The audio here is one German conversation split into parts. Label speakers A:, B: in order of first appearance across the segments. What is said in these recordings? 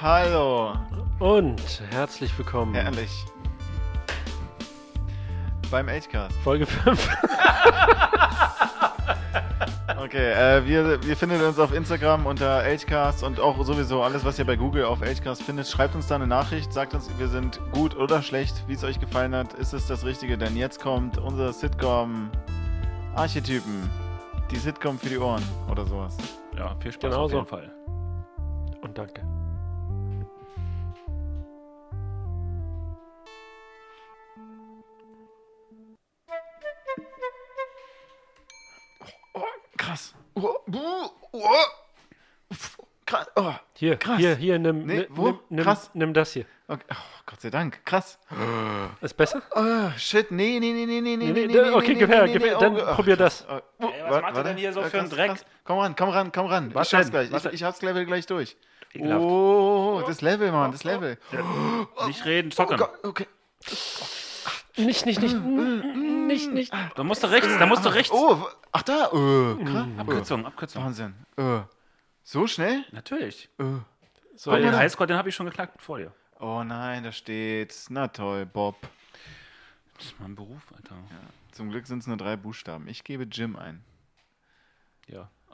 A: Hallo,
B: Und herzlich willkommen.
A: herrlich. Beim Agecast.
B: Folge 5.
A: Okay, äh, wir, wir findet uns auf Instagram unter Agecast und auch sowieso alles, was ihr bei Google auf Agecast findet. Schreibt uns da eine Nachricht, sagt uns, wir sind gut oder schlecht, wie es euch gefallen hat. Ist es das Richtige? Denn jetzt kommt unser Sitcom-Archetypen. Die Sitcom für die Ohren oder sowas.
C: Ja, viel Spaß
B: Genau
C: auf
B: so.
C: jeden Fall.
B: Und danke.
A: Krass. Oh, buh, oh. Pff, Krass. Oh.
B: Hier,
A: Krass.
B: hier, hier, nimm,
A: Nee,
B: ni-
A: wo?
B: nimm, nimm,
A: Krass.
B: nimm das hier.
A: Okay. oh, Gott sei Dank. Krass.
B: Ist besser?
A: Oh, shit, nee, nee, nee, nee, nee, nee, nee, nee,
B: Nee, nee,
A: nee,
B: okay,
A: nee,
B: gib her,
A: nee,
B: gib
A: nee,
B: her,
A: oh,
B: dann
A: oh,
B: probier das.
A: oh, oh,
C: Ey,
A: warte,
C: was macht ihr
A: warte.
C: denn hier so
A: Äh,
C: für einen
A: krass,
C: Dreck?
A: krass. Komm ran, komm ran, komm ran.
C: Was
A: ich schaff's
C: denn?
A: gleich,
C: Was
A: ich,
C: denn?
A: ich hab's gleich gleich durch.
C: Ekelhaft.
A: Oh, das Level, Mann, das Level. Oh
C: Nicht reden, zocken.
A: Gott, okay.
B: Nicht, nicht,
A: Mm,
B: nicht. n- Nicht, nicht.
C: da musst du rechts, da musst du rechts.
A: Oh, w- ach da, äh, krass.
C: Abkürzung,
A: Äh,
C: Abkürzung.
A: Wahnsinn. Äh, so schnell?
C: Natürlich.
A: Äh.
B: So,
C: Weil den
B: ja.
C: Highscore, den habe ich schon geknackt vor dir.
A: Oh nein, da steht's. Na toll, Bob.
C: Das ist mein Beruf, Alter. Ja,
A: Zum Glück sind's nur drei Buchstaben. Ich gebe Jim ein.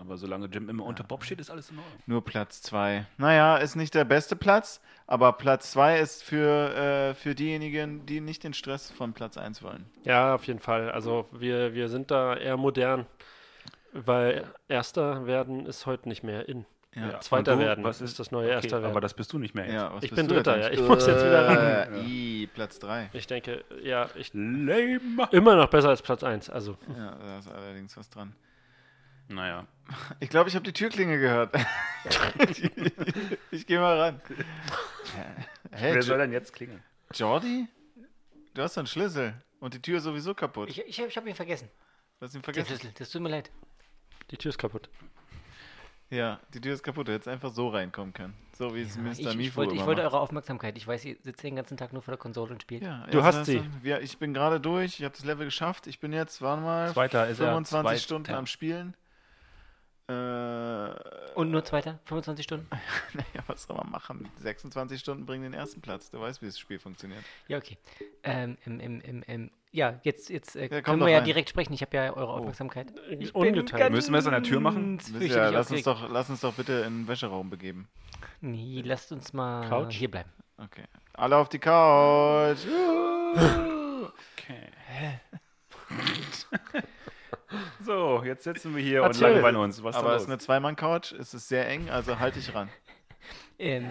C: aber solange Jim immer unter Bob steht, ist alles in Ordnung.
A: Nur Platz 2. Naja, ist nicht der beste Platz, aber Platz 2 ist für, äh, für diejenigen, die nicht den Stress von Platz 1 wollen.
B: ja, auf jeden Fall. Also wir, wir sind da eher modern. Weil Erster werden ist heute nicht mehr in.
A: Ja.
C: Ja.
B: Zweiter
C: Und du,
B: werden
C: was
B: was
C: ist-
B: ist, das neue Erster werden.
C: aber das bist du nicht mehr jetzt.
A: Ja, was
B: Ich
A: bist
B: bin
A: du
B: Dritter,
A: denn?
B: ja, ich muss jetzt wieder
A: Äh, I, Platz 3.
B: ich denke, ja, ich
C: Lame.
B: immer noch besser als Platz 1. Also
A: Ja, da ist allerdings was dran.
C: Naja.
A: Ich glaube, ich habe die Türklinge gehört. ich gehe mal ran. Hey,
C: Wer
A: jo
C: soll denn jetzt klingeln?
A: Jordi? Du hast doch einen Schlüssel und die Tür ist sowieso kaputt.
D: Ich, ich, ich habe ihn vergessen,
A: Du hast ihn
D: den
A: vergessen.
D: Schlüssel. Das tut mir leid.
B: die Tür ist kaputt.
A: Ja, die Tür ist kaputt. Du hättest einfach so reinkommen können. So wie es
D: Ich,
A: Mr.
D: ich,
A: Mifu
D: wollte, ich
A: immer
D: wollte
A: macht.
D: eure Aufmerksamkeit. Ich weiß, ihr sitzt den ganzen Tag nur vor der Konsole und spielt.
A: Ja,
B: Du
A: ja,
B: hast
A: das-
B: sie.
A: Wir, ich bin gerade durch, ich habe das Level geschafft. Ich bin jetzt, warte mal,
C: Zweiter ist er,
A: 25
C: Zweiter.
A: Stunden am Spielen. Äh, ja,
D: Und nur zweiter, 25 Stunden?
A: was soll man machen? 26 Stunden bringen den ersten Platz. Du weißt, wie das Spiel funktioniert.
D: Ja, okay. Ähm, im, im, im, im, ja, jetzt, jetzt äh,
A: Ja, komm
D: können
A: doch
D: wir ja
A: rein. Oh.
D: direkt sprechen. Ich habe ja eure Aufmerksamkeit. Ich bin
B: Ungeteilt.
C: Müssen wir es an der Tür machen?
A: Wisst
D: ganz
A: ihr,
D: fürchterlich
A: lass, uns
D: aufgeregt.
A: doch, lass uns doch bitte in den Wäscheraum begeben.
D: Nee, lasst uns mal
B: Couch?
D: hier bleiben.
A: Okay. Alle auf die Couch.
C: Okay. so, jetzt sitzen wir hier
B: Erzähl.
C: und langweilen uns. Was
A: Aber es
C: ist
A: ist eine
C: denn los?
A: Zwei-Mann-Couch, es ist sehr eng, also halt dich ran.
D: Ähm,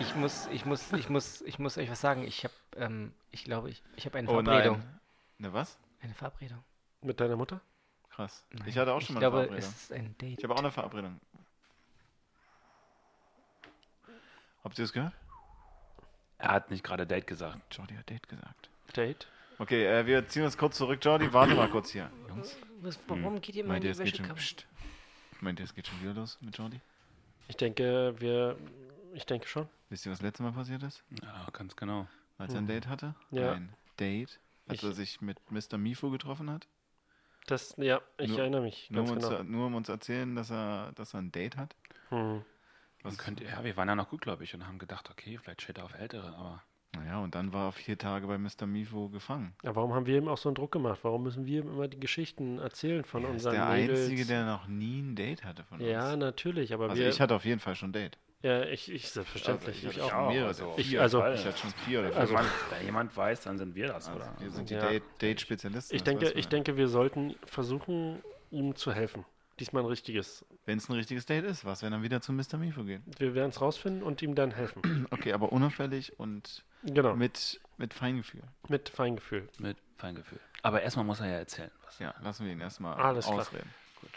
D: ich muss, ich muss, ich muss, ich muss euch was sagen. Ich habe, ähm, ich glaube, ich, ich habe eine
A: Oh
D: Verabredung.
A: nein. Ne, was?
D: Eine Verabredung.
B: Mit deiner Mutter?
A: Krass.
D: Nein.
A: Ich hatte auch schon mal
D: ich glaube,
A: eine Verabredung.
D: es ist ein Date.
A: Ich habe auch eine Verabredung. Habt ihr es gehört?
C: Er hat nicht gerade Date gesagt.
A: Jordi hat Date gesagt.
B: Date?
A: Okay, äh, wir ziehen uns kurz zurück. Jordi, warte mal kurz hier. Jungs,
D: Was, warum
A: Hm.
D: geht ihr immer in
A: meint ihr,
D: die
A: es geht schon,
D: Wäschekammer?
A: pst, meint ihr, es geht schon wieder los mit Jordi?
B: Ich denke, wir. Ich denke schon.
A: Wisst ihr, was letztes Mal passiert ist?
C: Ja, ganz genau.
A: Als er ein Date hatte?
B: Ja.
A: Ein Date? Als
B: Ich-
A: er sich mit Mr. Mifo getroffen hat?
B: Das, ja, ich
A: Nur-
B: erinnere mich
A: Nur
B: ganz
A: um,
B: genau.
A: uns, nur um uns erzählen, dass er, dass er ein Date hat?
B: Hm.
C: Was könnt ihr, ja, wir waren ja noch gut, glaube ich, und haben gedacht, okay, vielleicht steht er auf Ältere, aber
A: Naja, und dann war er vier Tage bei Mr. Mifo gefangen.
B: Ja, warum haben wir ihm auch so einen Druck gemacht? Warum müssen wir ihm immer die Geschichten erzählen von
A: Er ist
B: unseren
A: der
B: Mädels?
A: Einzige, der noch nie ein Date hatte von
B: ja,
A: uns.
B: natürlich, aber
A: Also
B: wir.
A: ich hatte auf jeden Fall schon ein Date.
B: ja, ich, ich selbstverständlich.
A: Also
B: ich
A: ich hatte
B: auch.
A: schon mehrere.
C: also-
A: vier.
B: Ich- also-
A: ich hatte schon vier oder fünf.
C: also, wenn da jemand weiß, dann sind wir das,
A: Also,
C: oder?
A: wir sind die
B: Ja.
A: Date- Date-Spezialisten.
B: Ich denke, ich denke, wir sollten versuchen, ihm zu helfen. Diesmal ein richtiges.
A: Wenn es ein richtiges Date ist, was, wenn dann wieder zu Mr. Mifo geht?
B: Wir werden es rausfinden und ihm dann helfen.
A: Okay, aber unauffällig und
B: genau. Mit,
A: mit, mit Feingefühl.
B: Feingefühl.
C: Mit Feingefühl. Aber erstmal muss er ja erzählen. Was
A: Ja, lassen wir ihn erstmal
B: Alles klar.
A: ausreden.
C: gut.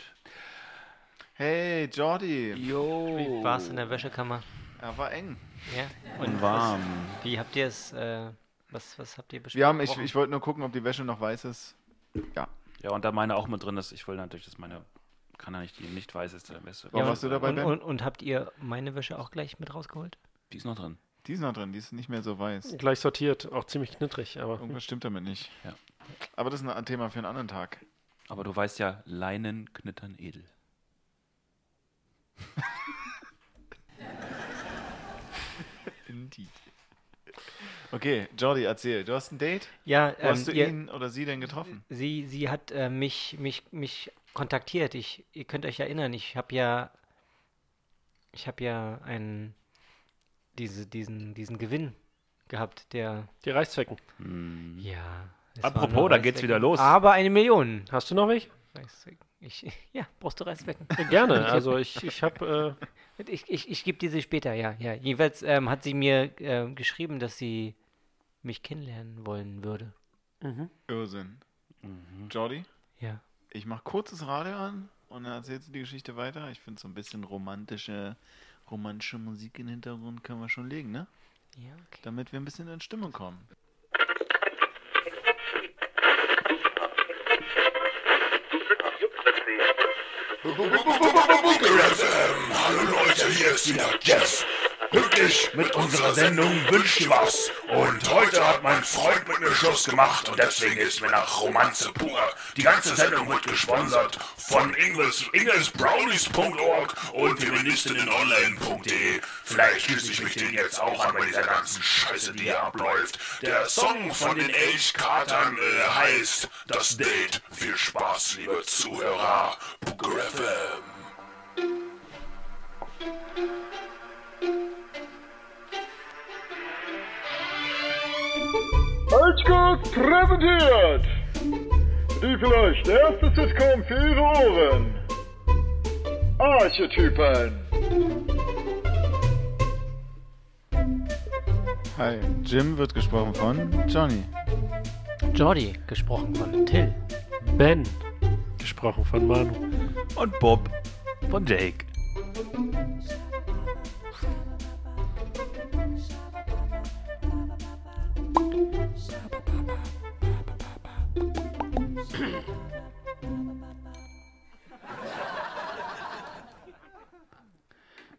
A: Hey, Jordi,
C: Jo.
B: Oh.
D: Wie war es in der Wäschekammer?
A: er war eng.
D: Ja.
C: Und warm.
D: Wie habt ihr es, äh, was, was habt ihr besprochen?
A: Wir haben, ich, ich wollte nur gucken, ob die Wäsche noch weiß ist.
C: Ja, und da meine auch mit drin ist, ich will natürlich, dass meine, kann ja nicht, die nicht weiß ist, der Beste.
A: Warum warst du dabei,
D: und,
A: Ben?
D: und, und habt ihr meine Wäsche auch gleich mit rausgeholt?
C: Die ist noch drin.
A: Die ist noch drin, die ist nicht mehr so weiß.
B: Gleich sortiert, auch ziemlich knittrig, aber
A: Irgendwas stimmt damit nicht.
C: Ja.
A: Aber das ist ein Thema für einen anderen Tag.
C: Aber du weißt ja, Leinen knittern edel.
A: Indeed. Okay, Jordi, erzähl. Du hast ein Date?
D: Ja,
A: Wo
D: ähm,
A: hast du
D: ihr,
A: ihn oder sie denn getroffen?
D: sie, sie hat äh, mich, mich, mich kontaktiert. Ich, ihr könnt euch erinnern, ich habe ja, ich habe ja einen, diese, diesen, diesen Gewinn gehabt, der,
B: Die Reichszwecken.
C: Hm.
D: ja. es
C: Apropos,
D: waren
C: da geht's
D: Reißzwecken.
C: wieder los.
D: Aber eine Million.
B: Hast du noch welche?
D: Reißzwecken. Ich, ja, brauchst du Reißzwecken?
B: Ja, gerne. Also ich, ich habe äh,
D: Ich, ich, ich gebe diese später, ja. ja. Jeweils ähm, hat sie mir ähm, geschrieben, dass sie mich kennenlernen wollen würde.
A: Irrsinn.
D: Mhm.
A: Jordi,
D: Ja.
A: ich mach kurzes Radio an und dann erzählst du die Geschichte weiter. Ich finde so ein bisschen romantische, romantische Musik im Hintergrund können wir schon legen, ne?
D: Ja, okay.
A: Damit wir ein bisschen in Stimmung kommen.
E: Booker FM. Hallo Leute, hier ist wieder Jeff. Glücklich mit unserer Sendung Wünsch dir was. Und heute hat mein Freund mit mir Schluss gemacht und deswegen ist mir nach Romanze pur. Die ganze Sendung wird gesponsert von Ingles, inglesbrownies.org und feministinnenonline.de. Vielleicht schließe ich mich denen jetzt auch an bei dieser ganzen Scheiße, die hier abläuft. Der Song von den Elchkatern äh, heißt Das Date. Viel Spaß, liebe Zuhörer. Booker FM.
F: Holzgut präsentiert! Die vielleicht erste Sitcom für Ihre Ohren. Archetypen.
A: Hi, Jim wird gesprochen von Johnny.
D: Jordi, gesprochen von Till.
B: Ben gesprochen von Manu.
C: Und Bob von Jake.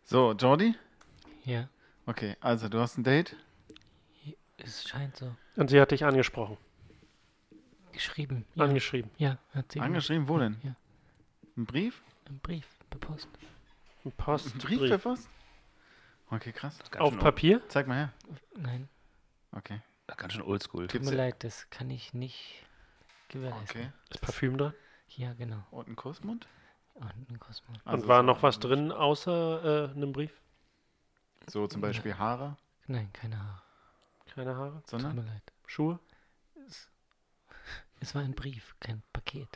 A: So, Jordi?
D: Ja,
A: Okay, also du hast ein Date?
D: es scheint so.
B: Und sie hat dich angesprochen.
D: Geschrieben. Ja,
B: Angeschrieben.
D: ja hat sie
A: Angeschrieben, wo denn?
D: Ja.
A: Ein Brief?
D: einen Brief per Post.
B: Ein
A: Ein
B: Postbrief.
A: Brief per Post? Okay, krass.
C: Ganz
B: Auf
C: schön-
B: Papier?
A: Zeig mal her.
D: Nein,
A: Okay.
C: Ganz schön oldschool.
D: tut
A: Gibt's
D: mir
A: hier-
D: leid, das kann ich nicht gewährleisten.
A: Okay.
B: Ist Parfüm drin?
D: Ja, genau.
A: Und ein Kussmund?
D: Und ein Kosmos.
A: Also
B: Und war
A: so-
B: noch was drin außer äh, einem Brief?
A: So zum Beispiel Haare,
D: Nein, keine Haare.
B: Keine Haare?
D: Tut
A: sondern?
D: mir leid.
B: Schuhe?
D: Es war ein Brief, kein Paket.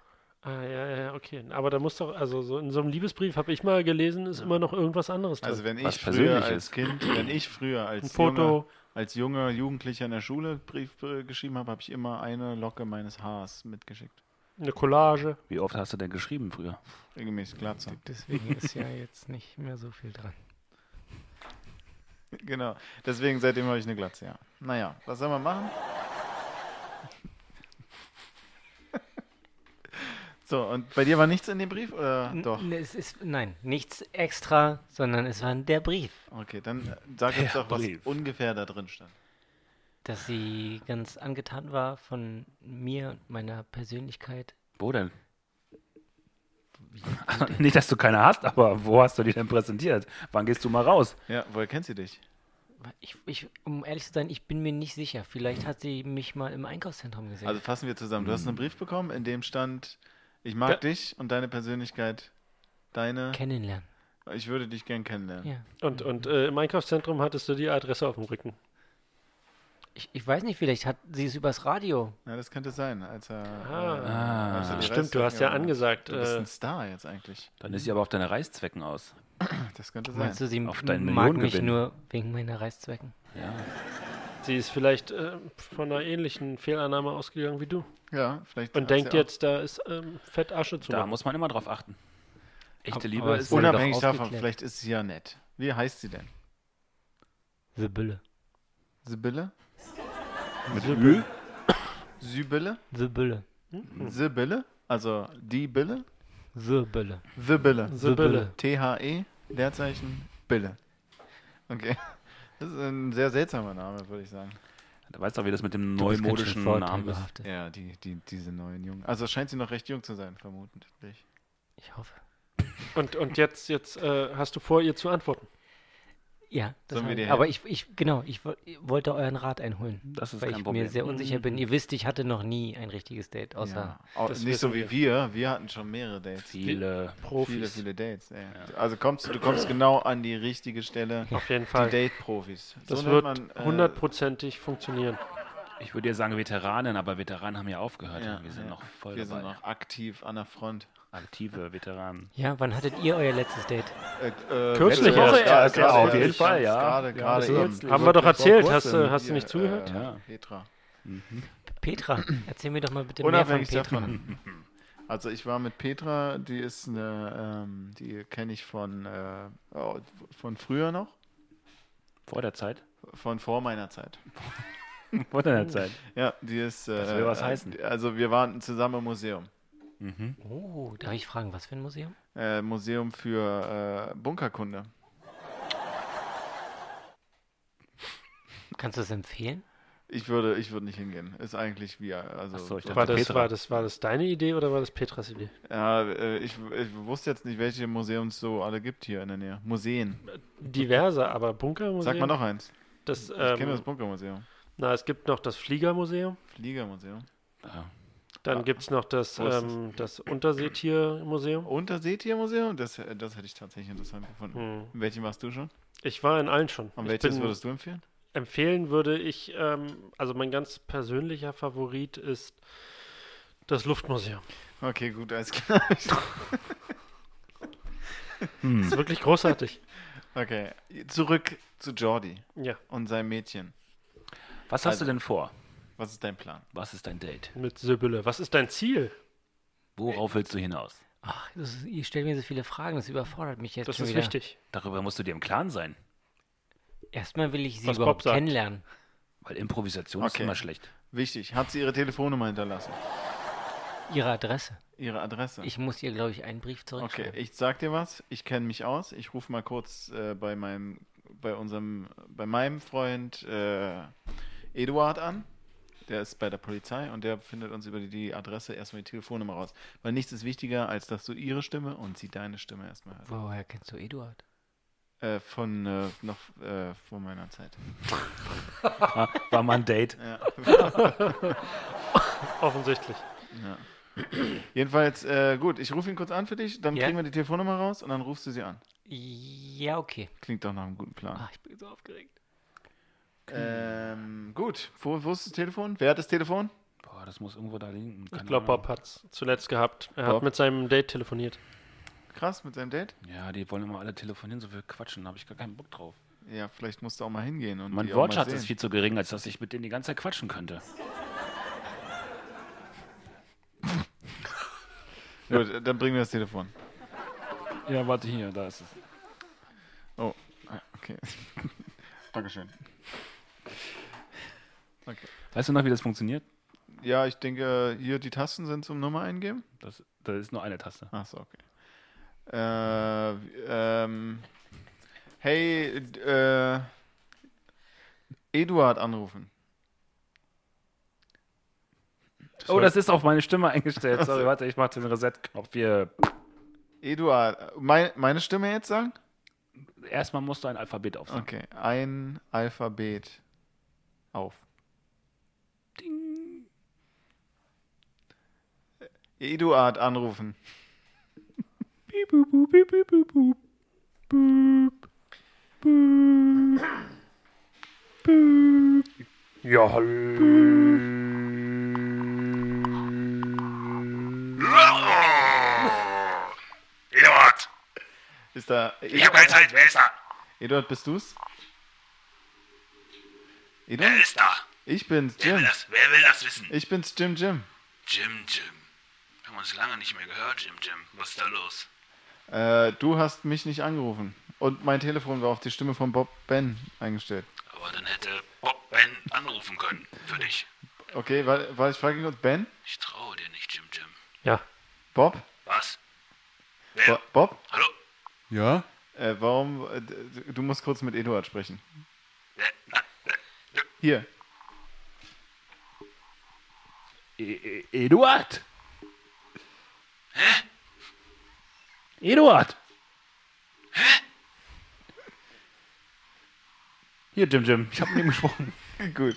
B: Ah, ja, ja, okay. Aber da muss doch, also so in so einem Liebesbrief habe ich mal gelesen, ist immer noch irgendwas anderes drin.
A: Also wenn
C: Was
A: ich früher
C: Persönliches.
A: als Kind, wenn ich früher als
B: ein Foto.
A: Junge, als junger Jugendlicher in der Schule Brief äh, geschrieben habe, habe ich immer eine Locke meines Haares mitgeschickt.
B: Eine Collage.
C: Wie oft hast du denn geschrieben früher?
A: Regelmäßig Glatze.
D: Deswegen ist ja jetzt nicht mehr so viel dran.
A: Genau. Deswegen seitdem habe ich eine Glatze, ja. Naja, was soll man machen? so, und bei dir war nichts in dem Brief? Oder doch?
D: ne, Es ist, nein, nichts extra, sondern es war der Brief,
A: Okay, dann äh, sag uns
C: Der
A: doch, was
C: Brief.
A: ungefähr da drin stand.
D: dass sie ganz angetan war von mir und meiner Persönlichkeit.
C: Wo denn? Nicht, dass du keine hast, aber wo hast du die denn präsentiert? Wann gehst du mal raus?
A: Ja, woher kennt sie dich?
D: Ich, ich, um ehrlich zu sein, ich bin mir nicht sicher. Vielleicht hat sie mich mal im Einkaufszentrum gesehen.
A: Also fassen wir zusammen. Du hast einen Brief bekommen, in dem stand, ich mag
B: Ja.
A: dich und deine Persönlichkeit, deine,
D: Kennenlernen.
A: ich würde dich gern kennenlernen.
D: Ja.
B: Und, und äh, im Einkaufszentrum hattest du die Adresse auf dem Rücken.
D: Ich, ich weiß nicht, vielleicht hat sie es übers Radio.
A: Ja, das könnte sein. Als er,
B: Ah.
A: äh, als er die
B: Stimmt, du hast ja
A: Reichsdrücken-
B: angesagt.
A: Du bist
B: Äh,
A: ein Star jetzt eigentlich.
C: Dann ist sie aber auf deine Reißzwecken aus.
A: Das könnte sein.
D: Meinst du, sie
C: Auf deinen
D: mag mich
C: Millionengewinn.
D: nur wegen meiner Reißzwecken?
B: sie ist vielleicht äh, von einer ähnlichen Fehlannahme ausgegangen wie du.
A: Ja, vielleicht.
B: Und
A: hat
B: denkt
A: sie auch-
B: jetzt, da ist ähm, Fett Asche zu
C: Da
B: machen.
C: muss man immer drauf achten. Echte
D: Aber-
C: Liebe
D: aber
C: ist
D: es wurde doch
A: Unabhängig davon,
D: aufgeklärt.
A: vielleicht ist sie ja nett. Wie heißt sie denn?
D: Sibylle.
A: Sibylle?
C: mit Ü.
A: Sibylle?
D: Sibylle.
A: Sibylle? Also die Bille?
D: Sibylle.
A: The Bille.
B: Sibylle.
A: T-H-E, E, Leerzeichen, Bille. Okay. Das ist ein sehr seltsamer Name, würde ich sagen.
C: Da weißt du auch, wie das mit dem
D: Du bist ganz
C: neumodischen
D: schön Vorurteil
C: Namen ist.
D: behaftet.
A: Ja, die, die, diese neuen Jungen. Also scheint sie noch recht jung zu sein, vermutlich.
D: Ich hoffe.
B: Und, und jetzt, jetzt äh, hast du vor, ihr zu antworten.
D: Ja, das
A: Sollen wir
D: haben
A: dir
D: wir. aber
A: helfen?
D: ich, ich, genau, ich wo- ich wollte euren Rat einholen.
C: Das ist
D: weil
C: kein
D: ich
C: Problem.
D: mir sehr unsicher bin. Ihr wisst, ich hatte noch nie ein richtiges Date, außer
A: Ja. Au-
B: das
A: Nicht so wie
B: wissen
A: wir. Wir hatten schon mehrere Dates.
C: Viele.
B: Profis.
A: Viele, viele Dates. Ey. Also kommst du, du kommst genau an die richtige Stelle.
B: Auf jeden
A: Die
B: Fall.
A: Date-Profis.
B: Das
A: nennt
B: wird
A: man, äh,
B: hundertprozentig funktionieren.
C: Ich würde ja sagen Veteranen, aber Veteranen haben ja aufgehört.
A: Ja,
C: wir sind
A: ja.
C: noch voll
A: Wir
C: dabei.
A: sind noch aktiv an der Front.
C: Aktive Veteranen.
D: Ja, wann hattet ihr euer letztes Date?
A: Äh, äh,
B: Kürzlich
A: letzte
B: Woche
A: Woche
B: erst,
A: gerade
C: ja, auf
A: erst.
C: jeden Fall, ja.
A: Gerade,
C: Ja,
A: gerade
C: das
A: eben.
C: ist
B: Haben wir doch
C: vor
B: erzählt,
C: kurzem
B: hast, du- hast du
A: Hier,
B: nicht zugehört?
A: äh,
C: Ja.
A: Petra.
D: Petra, erzähl mir doch mal bitte mehr von
A: Unabhängig
D: Petra.
A: davon. Also ich war mit Petra, die ist eine, ähm, die kenne ich von, äh, oh, von früher noch,
C: Vor der Zeit?
A: von vor meiner Zeit.
C: Vor deiner Zeit.
A: Ja, die ist. Äh,
C: will was
A: äh,
C: heißen.
A: Also wir waren zusammen im Museum.
D: Oh, darf ich fragen, was für ein Museum?
A: Äh, Museum für äh, Bunkerkunde.
D: Kannst du es empfehlen?
A: Ich würde, ich würde nicht hingehen. Ist eigentlich wie, also.
C: Ach so, ich
B: War
C: dachte,
B: das,
C: Petra.
B: war, das, war das deine Idee oder war das Petras Idee?
A: ja, äh, ich, ich wusste jetzt nicht, welche Museen es so alle gibt hier in der Nähe. Museen.
B: Diverse, aber Bunkermuseum.
A: Sag mal noch eins.
B: Das,
A: Ich
B: ähm,
A: kenne das Bunkermuseum.
B: Na, es gibt noch das Fliegermuseum.
A: Fliegermuseum.
C: Ja.
B: Dann gibt es noch das,
A: Ah, Wo ist das?
B: ähm, das Unterseetiermuseum.
A: Unterseetiermuseum? Das, äh, das hätte ich tatsächlich interessant gefunden.
B: Hm.
A: In welchem warst du schon?
B: Ich war in allen schon.
A: Und
B: ich
A: welches
B: bin-
A: würdest du empfehlen?
B: empfehlen würde ich, ähm, also mein ganz persönlicher Favorit ist das Luftmuseum.
A: Okay, gut, alles klar.
B: Das ist wirklich großartig.
A: Okay, zurück zu Jordi
B: Ja,
A: und seinem Mädchen.
C: Was hast
A: Also-
C: du denn vor?
A: Was ist dein Plan?
C: Was ist dein Date?
B: mit Sibylle. Was ist dein Ziel?
C: Worauf willst du hinaus?
D: Ach, das ist, ihr stellt mir so viele Fragen, das überfordert mich jetzt
B: Das
D: schon
B: ist
D: wieder.
B: wichtig.
C: Darüber musst du dir im Klaren sein,
D: Erstmal will ich sie
B: Was Bob
D: überhaupt
B: sagt.
D: kennenlernen.
C: weil Improvisation ist
A: Okay.
C: immer schlecht.
A: Wichtig, hat sie ihre Telefonnummer hinterlassen?
D: Ihre Adresse.
A: Ihre Adresse?
D: Ich muss ihr, glaube ich, einen Brief
A: okay,
D: zurückschreiben.
A: ich sag dir was, ich kenne mich aus. Ich rufe mal kurz äh, bei meinem, bei unserem, bei meinem Freund äh, Eduard an. Der ist bei der Polizei und der findet uns über die, die Adresse erstmal die Telefonnummer raus. Weil nichts ist wichtiger, als dass du ihre Stimme und sie deine Stimme erstmal hört.
D: Woher kennst du Eduard?
A: Äh, von äh, noch äh, vor meiner Zeit.
C: War, war mal ein Date.
A: Ja.
B: Offensichtlich.
A: Jedenfalls, äh, gut, ich rufe ihn kurz an für dich, dann
D: Ja.
A: kriegen wir die Telefonnummer raus und dann rufst du sie an.
D: Ja, okay.
A: Klingt doch nach einem guten Plan.
D: Ah, ich bin so aufgeregt.
A: Ähm, gut, wo, wo ist das Telefon? Wer hat das Telefon?
C: Boah, das muss irgendwo da liegen.
B: Ich
C: Keine
B: glaube,
C: Ahnung.
B: Bob hat es zuletzt gehabt. Er
A: Genau. Bob?
B: hat mit seinem Date telefoniert.
A: Krass, mit seinem Date?
C: Ja, die wollen immer alle telefonieren, so viel quatschen, da habe ich gar keinen Bock drauf.
A: Ja, vielleicht musst du auch mal hingehen. Und
C: Mein
A: die auch mal
C: Wortschatz
A: sehen.
C: ist viel zu gering, als dass ich mit denen die ganze Zeit quatschen könnte.
A: Gut, äh, dann bringen wir das Telefon.
C: Ja, warte hier, da ist es.
A: Oh, ah, okay. Dankeschön.
C: Weißt du noch, wie das funktioniert?
A: Ja, ich denke, hier die Tasten sind zum Nummer eingeben.
C: Das, da ist nur eine Taste.
A: Achso, okay. Äh, ähm, hey, äh, Eduard anrufen.
C: oh, das ist auf meine Stimme eingestellt. Sorry, warte, ich mache den Reset-Knopf hier.
A: Eduard, äh, mein, meine Stimme jetzt sagen?
C: Erstmal musst du ein Alphabet aufsagen.
A: Okay, ein Alphabet auf. Ding. Eduard anrufen.
E: Eduard,
A: Ist da.
E: ich hab keine Zeit, wer ist da?
A: Eduard, bist du's?
E: Wer
A: Eduard?
E: ist da?
A: Ich bin's,
E: Wer will
A: Jim.
E: das, wer will das wissen?
A: Ich bin's, Jim Jim.
E: Jim, Jim. Haben uns lange nicht mehr gehört, Jim, Jim. Was ist da los?
A: Äh, du hast mich nicht angerufen. Und mein Telefon war auf die Stimme von Bob Ben eingestellt.
E: Aber dann hätte Bob Ben anrufen können für dich.
A: Okay, weil, weil ich frage kurz, Ben?
E: Ich traue dir nicht, Jim, Jim.
B: Ja.
A: Bob?
E: Was?
A: Bo Bob?
E: Hallo?
A: Ja? Äh, warum? äh, d- Du musst kurz mit Eduard sprechen. Hier.
C: E e Eduard! Hä? Eduard! Hier, Jim Jim, ich habe mit ihm gesprochen.
A: Gut.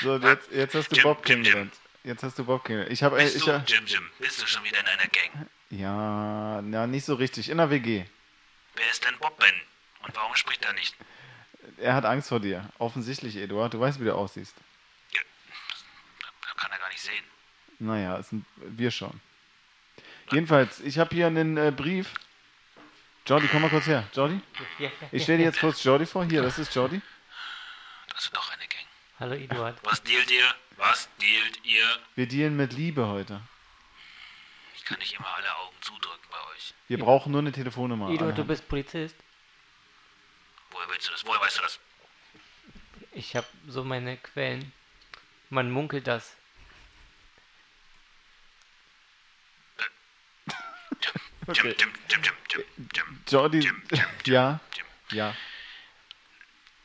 A: So, und jetzt, jetzt hast du
G: Ah, Jim,
A: Bob
G: Jim, Jim.
A: kennengelernt. Jetzt hast du Bob kennengelernt. Ich habe.
G: Bist
A: Ich,
G: du,
A: hab-
G: Jim Jim, bist du schon wieder in einer Gang?
A: ja, na, nicht so richtig. In der WG.
G: Wer ist denn Bob Ben? Und warum spricht er nicht?
A: Er hat Angst vor dir. Offensichtlich, Eduard. Du weißt, wie du aussiehst.
G: Ja, das kann er gar nicht sehen.
A: Naja, es sind wir schon. Jedenfalls, ich habe hier einen äh, Brief. Jordi, komm mal kurz her. Jordi?
D: Ja,
A: Ich stelle dir jetzt kurz Jordi vor. Hier, das ist Jordi.
G: Das ist doch eine Gang.
D: Hallo Eduard.
G: Was dealt ihr? Was dealt ihr?
A: Wir dealen mit Liebe heute.
G: Ich kann nicht immer alle Augen zudrücken bei euch.
A: Wir brauchen nur eine Telefonnummer.
D: Eduard, du
A: allerhand.
D: bist Polizist.
G: Woher willst du das? Woher weißt du das?
D: Ich habe so meine Quellen. Man munkelt das.
G: Jim, Jim, Jim, Jim, Jim, Jim,
A: Jordi. Ja,
G: Jim.
A: ja.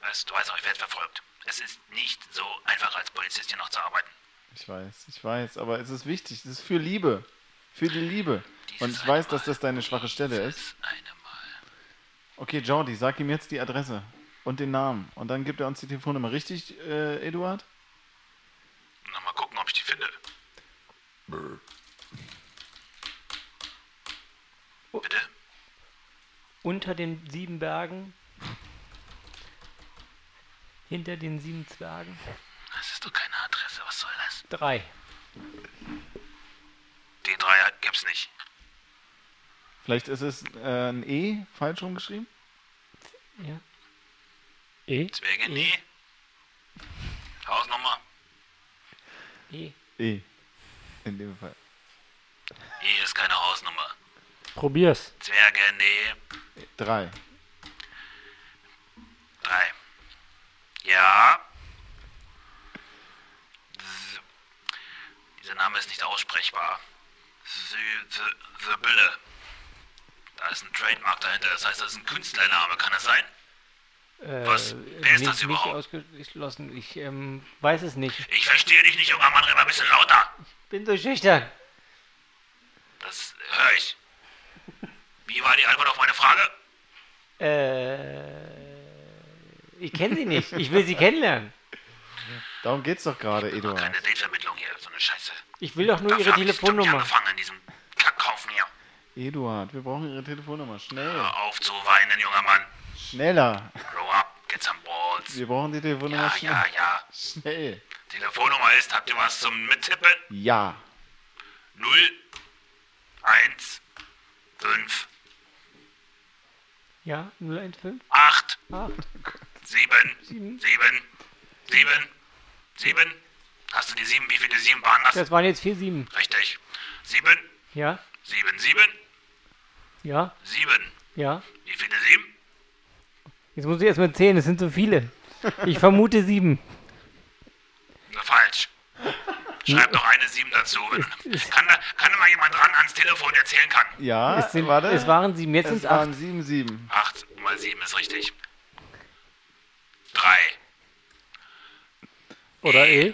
G: Weißt, du weißt auch, ich werde verfolgt. Es ist nicht so einfach, als Polizist hier noch zu arbeiten.
A: Ich weiß, ich weiß, aber es ist wichtig. Es ist für Liebe. Für die Liebe. Und ich weiß, dass das deine schwache Stelle ist.
G: Das eine Mal.
A: Okay, Jordi, sag ihm jetzt die Adresse und den Namen. Und dann gibt er uns die Telefonnummer. Richtig, äh, Eduard?
G: Na, mal gucken, ob ich die finde. Bitte?
D: Unter den sieben Bergen. Hinter den sieben Zwergen.
G: Das ist doch keine Adresse. Was soll das?
D: Drei.
G: Die drei gibt's nicht.
A: Vielleicht ist es äh, ein E falsch rumgeschrieben?
D: Ja.
B: E?
G: Deswegen, nee. Hausnummer.
D: E.
A: E. In dem Fall.
G: Hier ist keine Hausnummer.
B: Probier's.
G: Zwerge, nee.
A: Drei.
G: Drei. Ja. S- Dieser Name ist nicht aussprechbar. Sy- Sy- Sibylle. Da ist ein Trademark dahinter. Das heißt, das ist ein Künstlername. Kann das sein?
D: Äh.
G: Was? Wer ist
D: nicht,
G: das überhaupt?
D: Nicht ausgeschlossen. Ich ähm, weiß es nicht.
G: Ich verstehe dich nicht, junger Mann. Red mal ein bisschen lauter.
D: Bin so schüchtern.
G: Das höre ich. Wie war die Antwort auf meine Frage?
D: Äh, ich kenne sie nicht. Ich will sie kennenlernen.
A: Darum geht's doch gerade, Eduard.
G: Keine Datevermittlung hier. So eine Scheiße.
D: Ich will doch nur
G: Dafür
D: ihre
G: hab ich- Ich hab
D: Telefonnummer.
G: mich angefangen in diesem Kackhaufen hier.
A: Eduard, wir brauchen ihre Telefonnummer. Schnell.
G: Hör auf zu weinen, junger Mann.
A: Schneller.
G: Grow up. Get some balls.
A: Wir brauchen die Telefonnummer
G: Ja,
A: schnell.
G: ja, ja.
A: Schnell.
G: Telefonnummer ist, habt ihr was zum Mittippen?
A: Ja.
G: 0, 1, 5,
D: Ja, 015.
G: 8,
D: Acht.
G: 7, 7, 7, 7. Hast du die 7? Wie viele 7 waren das?
D: Das waren jetzt vier sieben.
G: Richtig. 7,
D: Ja,
G: 7, 7,
D: ja,
G: 7.
D: ja.
G: Wie viele 7?
D: Jetzt muss ich erst mal zählen. Es sind so viele. Ich vermute sieben.
G: Na, falsch. Schreib doch eine 7 dazu. Kann da, kann da mal jemand ran ans Telefon, der zählen kann?
A: Ja,
D: Es, sind,
A: warte.
D: es waren sieben. Jetzt sind
A: es
D: es acht.
A: waren 7-7.
G: 8 mal 7 ist richtig. 3.
B: Oder E?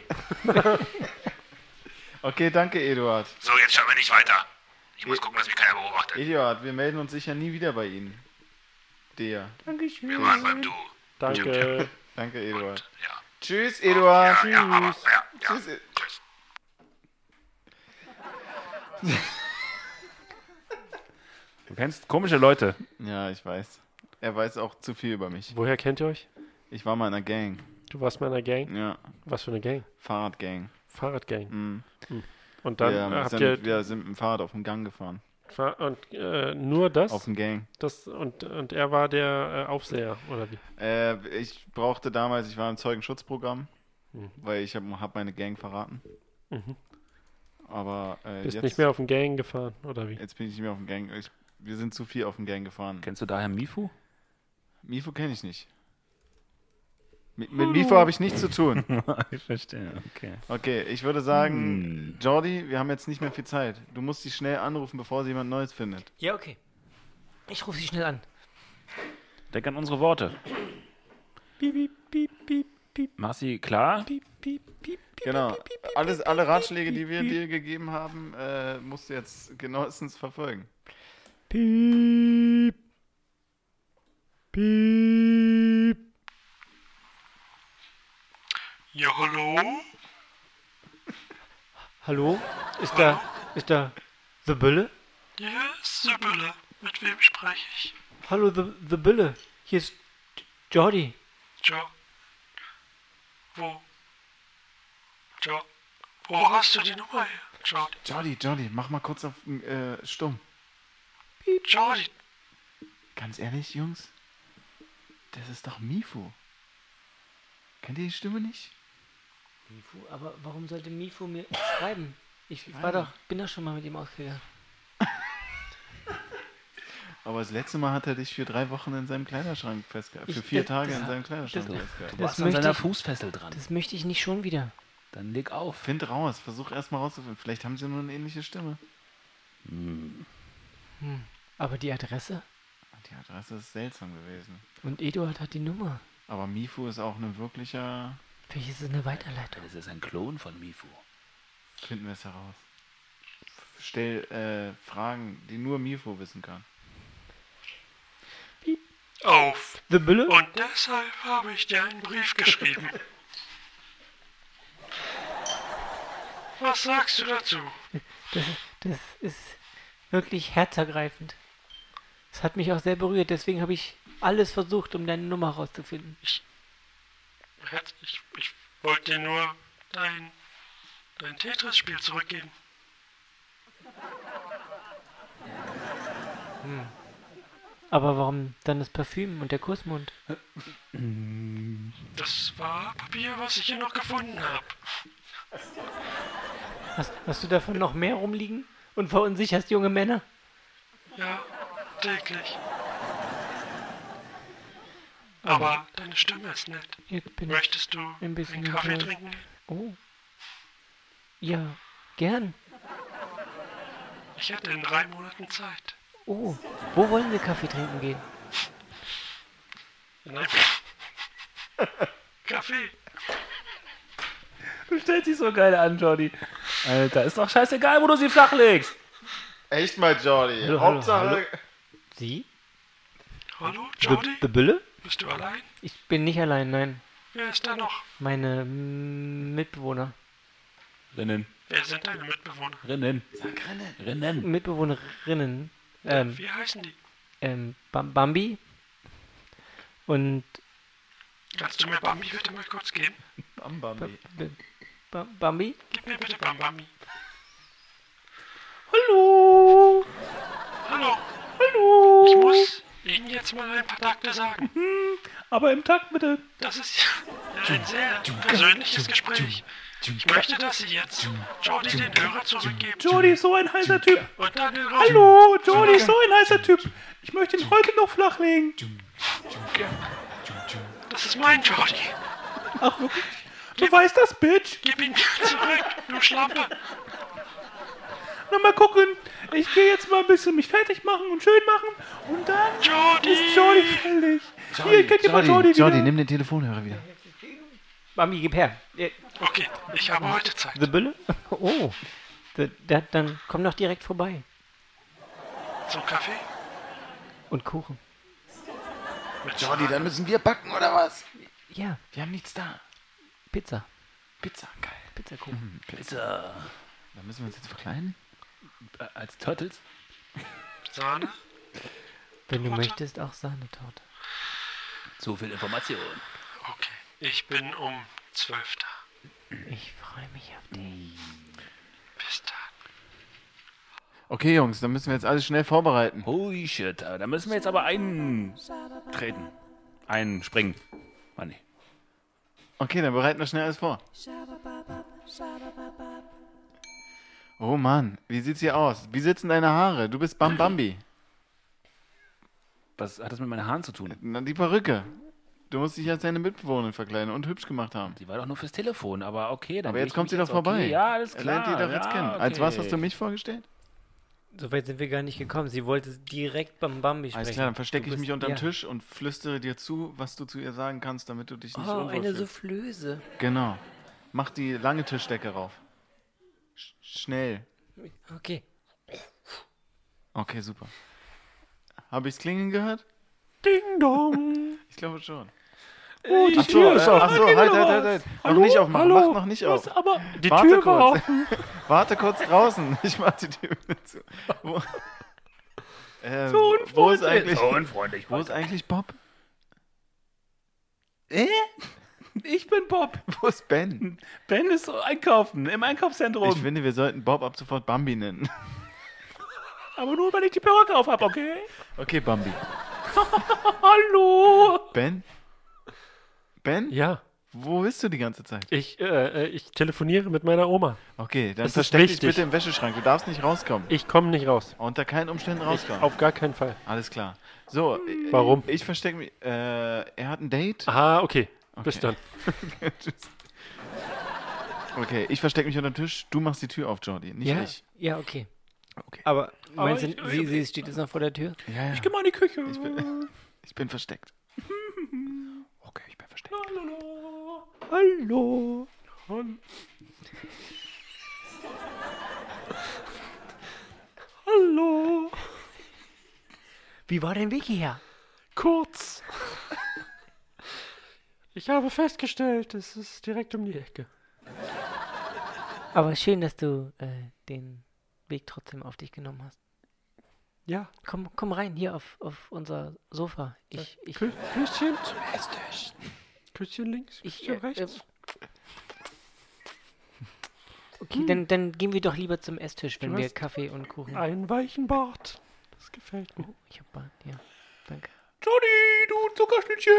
A: Okay, danke, Eduard.
G: So, jetzt schauen wir nicht weiter. Ich muss gucken, dass mich keiner beobachtet.
A: Eduard, wir melden uns sicher nie wieder bei Ihnen. Der.
G: Wir waren beim Du.
B: Danke.
A: Danke, Eduard.
G: Ja.
A: Tschüss, Eduard.
G: Ja, aber, ja, ja.
A: Tschüss.
G: Tschüss.
C: Du kennst komische Leute.
A: Ja, ich weiß. Er weiß auch zu viel über mich.
B: Woher kennt ihr euch?
A: Ich war mal in einer Gang.
B: Du warst mal in einer Gang?
A: Ja,
B: Was für eine Gang?
A: Fahrradgang.
B: Fahrradgang.
A: Mhm.
B: Und dann
A: Wir,
B: äh,
A: haben-
B: habt
A: sind,
B: ihr
A: wir sind mit dem Fahrrad auf dem Gang gefahren.
B: Fa- und äh, nur das,
A: Auf dem Gang.
B: das und, und er war der äh, Aufseher, oder wie?
A: Äh, ich brauchte damals, ich war im Zeugenschutzprogramm,
B: Mhm.
A: weil ich habe hab meine Gang verraten. Aber äh,
B: Bist
A: jetzt,
B: nicht mehr auf den Gang gefahren, oder wie?
A: jetzt bin ich nicht mehr auf dem Gang. Ich, wir sind zu viel auf dem Gang gefahren.
C: Kennst du daher Mifu?
A: Mifu kenne ich nicht. Mit,
D: Hm.
A: mit Mifu habe ich nichts zu tun.
C: ich verstehe, okay.
A: Okay, ich würde
D: Hm.
A: sagen, Jordi, wir haben jetzt nicht mehr viel Zeit. Du musst sie schnell anrufen, bevor sie jemand Neues findet.
D: Ja, okay. Ich rufe sie schnell an.
C: Denk an unsere Worte. Mach sie klar.
A: Genau. Alles, alle Ratschläge, die wir dir gegeben haben, äh, musst du jetzt genauestens verfolgen.
B: Piep. Piep.
G: Ja, hallo?
D: Hallo? Ist da, ist da The Bülle?
G: Hier ist Sibylle. Mit wem spreche ich?
D: Hallo, The, the Bülle. Hier ist Jordi.
G: Jo. Wo? Jo. Wo hast du die Nummer her? Jo.
A: Jordi, Jordi, mach mal kurz auf äh, stumm.
G: Jordi.
A: Ganz ehrlich, Jungs, das ist doch Mifu. Kennt ihr die Stimme nicht?
D: Mifu, aber warum sollte Mifu mir schreiben? Ich war doch, bin doch schon mal mit ihm ausgegangen.
A: Aber das letzte Mal hat er dich für drei Wochen in seinem Kleiderschrank festgehalten. Für
D: Ich-
A: vier
D: das-
A: Tage
D: das-
A: in seinem Kleiderschrank festgehalten.
C: Du warst an
D: möchte
C: seiner
D: ich-
C: Fußfessel dran.
D: Das möchte ich nicht schon wieder.
C: Dann leg auf.
A: Find raus, versuch erstmal rauszufinden. Vielleicht haben sie nur eine ähnliche Stimme.
D: Aber die Adresse?
A: Und Die Adresse ist seltsam gewesen.
D: Und Eduard hat die Nummer.
A: Aber Mifu ist auch ein wirklicher.
D: Vielleicht ist es eine Weiterleitung.
C: Das ist ein Klon von Mifu.
A: Finden wir es heraus. Stell äh, Fragen, die nur Mifu wissen kann.
G: Auf.
D: The Bülle?
G: Und deshalb habe ich dir einen Brief geschrieben. Was sagst du dazu?
D: Das ist wirklich herzergreifend. Es hat mich auch sehr berührt, deswegen habe ich alles versucht, um deine Nummer rauszufinden.
G: Herz, Ich, ich wollte dir nur dein, dein Tetris-Spiel zurückgeben.
D: Aber warum dann das Parfüm und der Kussmund?
G: Das war Papier, was ich hier noch gefunden habe.
D: Hast, hast du davon noch mehr rumliegen und verunsicherst junge Männer?
G: Ja, täglich. Aber deine Stimme ist nett.
D: Jetzt bin ich.
G: Möchtest du
D: Ein
G: einen
D: bisschen
G: Kaffee
D: enttäuscht.
G: trinken?
D: Oh. Ja, gern.
G: Ich hätte in drei Monaten Zeit.
D: Oh, wo wollen wir Kaffee trinken gehen?
G: In einem Kaffee.
C: Du stellst dich so geil an, Jordi. Alter, ist doch scheißegal, wo du sie flachlegst.
A: Echt mal, Jordi.
D: Hallo, hallo, Hauptsache- hallo. Sie?
G: Hallo, Jody?
D: Bülle?
G: Bist du allein?
D: Ich bin nicht allein, nein.
G: Wer ist da noch?
D: Meine mm, Mitbewohner.
C: Rinnen,
G: Wer sind deine Mitbewohner?
C: rinnen. Sag rinnen. Rinnen.
D: Mitbewohnerinnen. Ähm,
G: Wie heißen die?
D: ähm, Bam- Bambi. Und
G: Kannst du mir Bambi bitte mal kurz geben?
A: Bam, bam,
D: B- B- Ba- Bambi?
G: Gib mir bitte Bam Bambi.
D: Hallo!
G: Hallo,
C: Hallo. Mhm.
G: ich muss Ihnen jetzt mal ein paar Takte sagen.
C: Aber im Takt bitte.
G: Das ist ja ein sehr persönliches Gespräch. Ich möchte, dass Sie jetzt Jody den Hörer zurückgeben
C: Jordi ist so ein heißer Typ.
G: und dann den
C: Hallo, Jordi ist so ein heißer Typ. Ich möchte ihn heute noch flachlegen.
G: Das ist mein Jody.
C: Ach wirklich? Du weißt das, Bitch.
G: Gib ihn mir zurück, du Schlampe.
C: Na mal gucken. Ich gehe jetzt mal ein bisschen mich fertig machen und schön machen. Und dann ist Jordi fertig. Hier, kennt ihr mal Jordi,
A: Jordi,
C: wieder?
A: nimm den Telefonhörer wieder.
D: Bambi, gib her. Äh,
G: Okay, ich habe heute Zeit.
D: The Bülle? Oh. Da- da- dann komm doch direkt vorbei.
G: Zum Kaffee?
D: Und Kuchen.
G: Mit
A: Jordi, dann müssen wir backen, oder was?
D: Ja,
A: Wir haben nichts da.
D: Pizza.
A: Pizza, geil.
D: Pizzakuchen.
C: Pizza.
A: Dann müssen wir uns jetzt verkleiden.
C: Äh, Als Turtles?
G: Sahne?
D: Wenn du möchtest, auch Sahnetorte.
C: Zu viel Information.
G: Okay, ich bin um 12 da.
D: Ich freue mich auf dich.
G: Bis dann.
A: Okay, Jungs, dann müssen wir jetzt alles schnell vorbereiten.
C: Holy shit, äh, da müssen wir jetzt aber einen treten. Einen springen. Ah, nee.
A: Okay, dann bereiten wir schnell alles vor. Oh Mann, wie sieht's hier aus? Wie sitzen deine Haare? Du bist Bam Bambi.
C: Was hat das mit meinen Haaren zu tun?
A: Na, die Perücke. Du musst dich als deine Mitbewohnerin verkleiden und hübsch gemacht haben.
C: Die war doch nur fürs Telefon, aber okay. Dann
A: Aber
C: geh
A: jetzt
C: ich
A: kommt sie
C: mich
A: doch vorbei.
C: Okay. Ja, alles
A: Er
C: klar.
A: Lernt die doch
C: ja,
A: jetzt kennen.
C: Okay.
A: Als was hast du mich vorgestellt?
D: Soweit sind wir gar nicht gekommen. Sie wollte direkt beim Bambi sprechen.
A: Alles klar, dann verstecke
D: Du
A: ich
D: bist-
A: mich unterm
D: ja.
A: Tisch und flüstere dir zu, was du zu ihr sagen kannst, damit du dich nicht
D: Oh,
A: unwohl
D: eine
A: fühlst.
D: Soufflöse.
A: Genau. Mach die lange Tischdecke rauf. Sch schnell.
D: Okay.
A: Okay, super. Habe ich's klingen gehört?
C: Ding dong.
A: Ich glaube schon.
H: Oh, die
A: Ach so,
H: Tür
A: äh,
H: ist auf.
A: ach so,
H: Geh
A: halt,
H: wieder
A: halt, halt,
H: raus.
A: halt. Noch
H: Hallo?
A: nicht aufmachen,
H: Hallo?
A: mach noch nicht
H: Was?
A: auf.
H: Aber die
A: Warte
H: Tür war
A: kurz.
H: offen.
A: Warte kurz draußen. Ich mach die Tür wieder zu. Wo, ähm,
H: So
A: wo ist
H: unfreundlich.
A: eigentlich,
I: So unfreundlich.
A: wo ist eigentlich Bob?
H: Ich bin Bob.
A: Wo ist Ben?
H: Ben ist einkaufen, im Einkaufszentrum.
A: Ich finde, wir sollten Bob ab sofort Bambi nennen.
H: Aber nur, weil ich die Perücke auf habe, okay?
A: Okay, Bambi.
H: Hallo.
A: Ben? Ben?
G: Ja,
A: Wo bist du die ganze Zeit?
G: ich, äh, äh, ich telefoniere mit meiner Oma.
A: Okay, dann
G: Das ist
A: versteck dich
G: wichtig.
A: bitte im Wäscheschrank. Du darfst nicht rauskommen.
G: Ich komme nicht raus.
A: Unter keinen Umständen rauskommen.
G: Auf gar keinen Fall.
A: Alles klar. So, äh,
G: Warum?
A: Ich verstecke mich. Äh, er hat ein
B: Ah.
A: Date.
G: Aha, okay. Bis
A: Okay.
G: dann.
A: Okay, ich verstecke mich unter dem Tisch. Du machst die Tür auf, Jordi, nicht
G: Ja.
A: ich.
D: Ja, okay.
A: Okay.
D: Aber meinst du,
H: ich-
D: sie, sie steht jetzt noch vor der Tür?
A: Ja, ja.
H: Ich geh mal in die Küche.
A: Ich bin, ich bin versteckt. Okay, ich bin versteckt.
H: Hallo. Hallo. Hallo.
D: Wie war dein Weg hierher?
G: Kurz. Ich habe festgestellt, es ist direkt um die Ecke.
D: Aber schön, dass du äh, den Weg trotzdem auf dich genommen hast.
G: Ja,
D: Komm, komm rein, hier auf, auf unser Sofa. Ich, ich,
G: Kü Küsschen zum Esstisch. Küsschen links,
D: Ich,
G: Küsschen
D: äh,
G: rechts.
D: okay, dann, dann gehen wir doch lieber zum Esstisch, wenn
G: Du
D: wir
G: hast-
D: Kaffee und Kuchen. Oh,
G: Einen weichen Bart. Das gefällt mir.
D: Ich hab Bart, ja. Danke.
H: Johnny, du Zuckerschnittchen.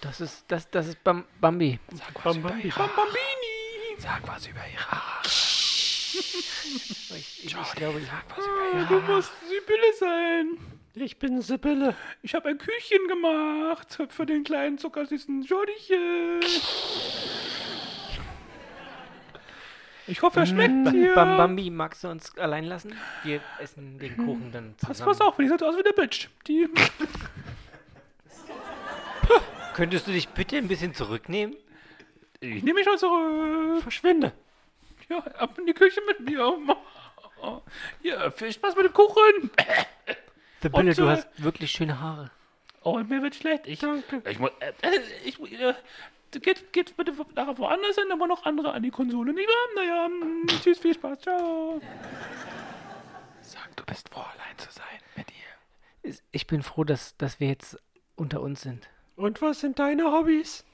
D: Das ist, das, das ist Bam Bambi.
G: Bam, bam, bam.
H: Bambini.
D: Sag was über Irak. ich, ich, ich glaube, sag was
H: Ah, Du musst Sibylle sein.
G: Ich bin Sibylle.
H: Ich habe ein Küchen gemacht für den kleinen zuckersüßen Johnnychen. Ich
G: Mm.
H: hoffe, er schmeckt dir.
D: Bam Bambi, magst du uns allein lassen? Wir essen den Kuchen dann zusammen.
H: Pass, pass auf, die sieht aus wie eine Bitch. Die,
D: Könntest du dich bitte ein bisschen zurücknehmen?
H: ich nehme mich mal zurück.
G: Verschwinde.
H: Ja, ab in die Küche mit mir. Ja, viel Spaß mit dem Kuchen.
D: Sibylle,
H: Und,
D: du
H: äh,
D: hast wirklich schöne Haare.
H: Oh, mir wird schlecht. Ich,
G: Danke.
H: ich muss. Äh, äh, ich, mu- äh, geht, geht bitte nachher woanders hin, aber noch andere an die Konsole, nicht wahr? Naja, mm, tschüss, viel Spaß, ciao.
A: Sag, du bist froh, allein zu sein mit ihr.
D: Ist- Ich bin froh, dass, dass wir jetzt unter uns sind.
G: Und was sind deine Hobbys?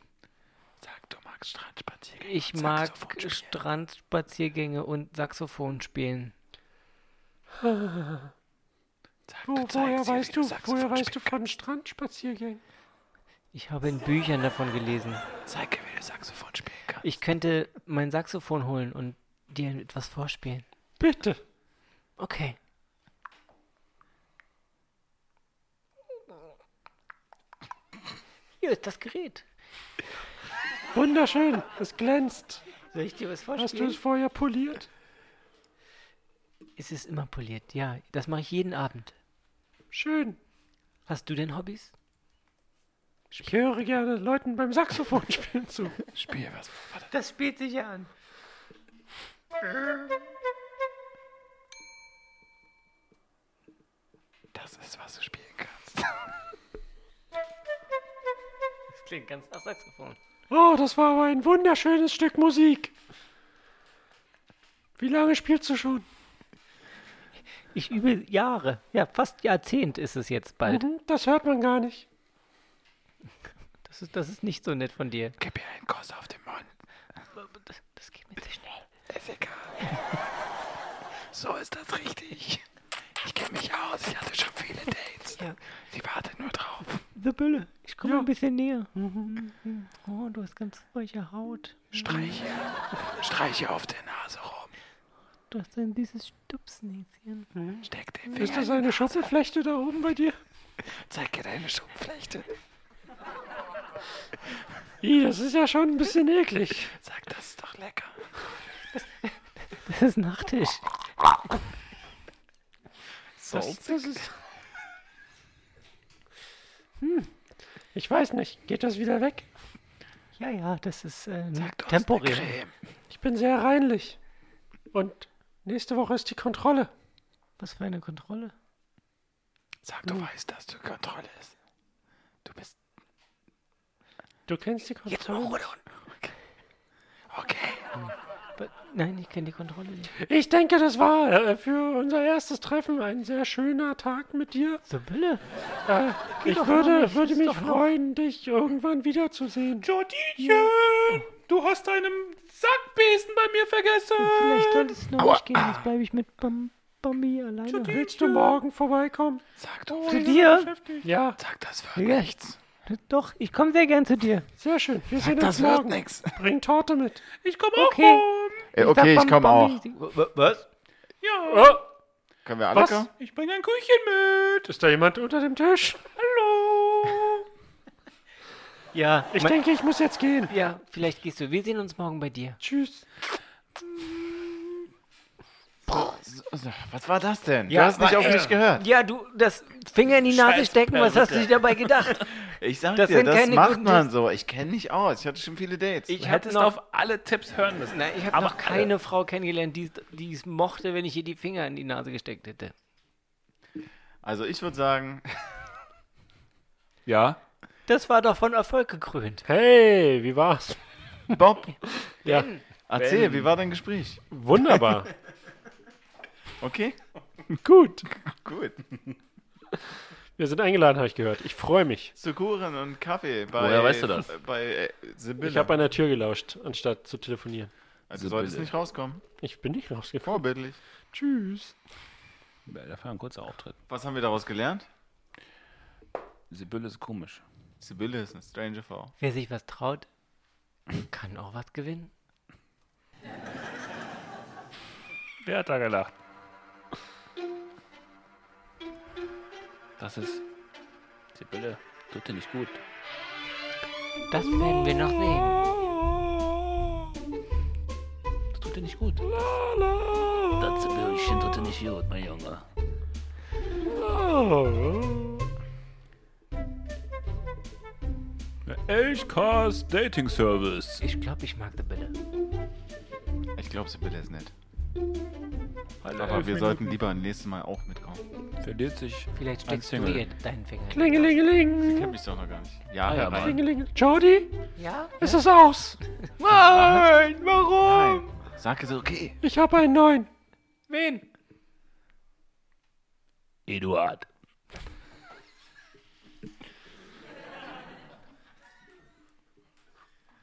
A: Sag, du magst Strandspaziergänge.
D: Ich
A: und
D: mag
A: Saxophon spielen.
D: Strandspaziergänge und Saxophon spielen.
A: Sag,
G: Wo,
A: du zeigst
G: woher
A: ihr, wie
G: weißt du,
A: Saxophon
G: woher weißt du
A: spielen
G: von Strandspaziergängen?
D: Ich habe in Büchern davon gelesen.
A: kannst. Zeig, ihr, wie du Saxophon spielen kannst.
D: Ich könnte mein Saxophon holen und dir etwas vorspielen.
G: Bitte.
D: Okay. Hier ist das Gerät.
G: Wunderschön. Es glänzt.
D: Soll ich dir was
G: Hast du
D: vorspielen?
G: es vorher poliert?
D: Es ist immer poliert, ja. Das mache ich jeden Abend.
G: Schön.
D: Hast du denn Hobbys?
G: Ich höre gerne Leuten beim Saxophonspielen zu.
A: Spiel was. Warte.
D: Das spielt sich ja an.
A: Das ist, was du spielen kannst.
D: Das klingt ganz nach Saxophon.
G: Oh, das war aber ein wunderschönes Stück Musik. Wie lange spielst du schon?
D: Ich übe Jahre. Ja, fast Jahrzehnt ist es jetzt bald.
G: Mhm, Das hört man gar nicht.
D: Das ist, das ist nicht so nett von dir.
A: Gib ihr einen Kuss auf den Mund.
D: Das, das geht mir zu schnell.
A: Ist egal. so ist das richtig. Ich kenne mich aus. Ich hatte schon viele Dates.
D: Ja.
A: Sie wartet nur drauf.
D: The Bülle, ich komme ein bisschen näher. Oh, du hast ganz weiche Haut.
A: Streiche. Streiche auf der Nase rum.
D: Du hast ein süßes Stupsnäschen.
A: Steck den
G: Ist
A: Finger.
G: das eine Schoppenflechte da oben bei dir?
A: Zeig ihr deine Schupflechte.
G: Ih, das ist ja schon ein bisschen eklig.
A: Sag, das ist doch lecker.
D: Das ist Nachtisch.
G: Das, das ist. Hm. Ich weiß nicht. Geht das wieder weg?
D: Ja, ja, das ist äh,
A: Sag, du hast eine
D: temporär.
A: Creme.
G: Ich bin sehr reinlich. Und nächste Woche ist die Kontrolle.
D: Was für eine Kontrolle.
A: Sag, du weißt, dass du Kontrolle ist. Du bist
B: Du kennst die Kontrolle.
C: Okay.
D: Aber Nein, ich kenne die Kontrolle nicht.
B: Ich denke, das war äh, für unser erstes Treffen ein sehr schöner Tag mit dir.
D: So Bille?
B: Äh, ich
D: doch noch
B: würde,
D: nicht,
B: würde
D: ist
B: mich
D: doch noch-
B: freuen, dich irgendwann wiederzusehen.
C: Jordinchen, du hast deinen Sackbesen bei mir vergessen.
B: Äh,
D: Vielleicht solltest du noch nicht gehen, sonst bleibe ich mit Bam Bambi alleine.
B: Willst du morgen vorbeikommen?
C: Sag doch,
D: Zu dir?
B: Ja,
C: Sag das wird
D: Rechts. Doch, ich komme sehr gern zu dir.
B: sehr schön. Wir sehen uns
C: Das wird
B: morgen.
C: nichts.
B: Bring Torte mit.
C: Ich komme auch
D: Okay.
C: rum.
A: Äh, okay, ich
D: Bam
A: komme auch.
D: Bambi-
B: Was?
C: Ja,
B: Oh,
A: Können wir alle
B: was?
A: kommen?
C: ich bringe ein Küchen mit.
B: Ist da jemand unter dem Tisch?
C: Hallo.
D: Ja,
B: Ich
D: mein-
B: denke, ich muss jetzt gehen.
D: Ja, vielleicht gehst du. Wir sehen uns morgen bei dir.
B: Tschüss.
A: Was war das denn?
D: Ja,
A: du hast nicht
D: war
A: auf
D: er.
A: mich gehört.
D: Ja, du, das Finger in die Nase stecken, was hast du dir dabei gedacht?
A: Ich sag
D: Das
A: dir,
D: sind
A: das
D: keine
A: macht
D: guten
A: man
D: Tipps.
A: so. Ich kenne mich aus. Ich hatte schon viele Dates.
D: Ich
C: Du
D: habe
C: hättest
D: noch,
C: auf alle Tipps hören müssen.
D: nein, ich hab
C: aber
D: noch keine Frau kennengelernt, die die es mochte, wenn ich ihr die Finger in die Nase gesteckt hätte.
A: Also ich würde sagen,
C: Ja.
D: Das war doch von Erfolg gekrönt.
B: Hey, wie war's?
A: Bob,
B: Ja,
A: erzähl, wie war dein Gespräch?
B: wunderbar.
A: Okay?
B: Gut.
A: Gut.
B: Wir sind eingeladen, habe ich gehört. Ich freue mich.
A: Zu Kuchen und Kaffee bei.
J: Woher weißt du das?
A: Bei äh, Sibylle.
B: Ich habe an der Tür gelauscht, anstatt zu telefonieren.
A: also du solltest
J: Sibylle.
A: nicht rauskommen.
B: Ich bin nicht rausgekommen.
A: Vorbildlich.
B: Tschüss.
J: Das war ein kurzer Auftritt.
A: Was haben wir daraus gelernt?
J: Sibylle ist komisch.
A: Sibylle ist eine strange Frau.
D: Wer sich was traut, kann auch was gewinnen.
C: Wer hat da gelacht?
J: Das ist. Sibylle, tut dir nicht gut.
D: Das werden wir noch sehen.
J: Das tut dir nicht gut. Das Sibyllchen tut dir nicht gut, mein Junge.
C: Elchcast Dating Service.
D: Ich glaube, ich mag die Bille.
A: Ich glaube, Sibylle ist nett.
C: Alle
A: Aber
C: elf
A: wir
C: Minuten
A: sollten lieber nächstes Mal auch mitkommen.
J: Verliert sich.
D: Vielleicht
J: Ein
D: steckst du
J: Single.
D: ihr deinen Finger
A: Ich
D: in die
B: Klingelingeling.
A: kenne mich doch noch gar nicht. Ja,
J: Ah, ja,
A: herein.
J: Mann.
B: Klingeling. Jody,
D: Nase. Ja?
B: es ist aus.
C: Nein, warum?
A: Nein. Sag es okay.
B: Ich habe einen neuen.
C: Wen?
J: Eduard.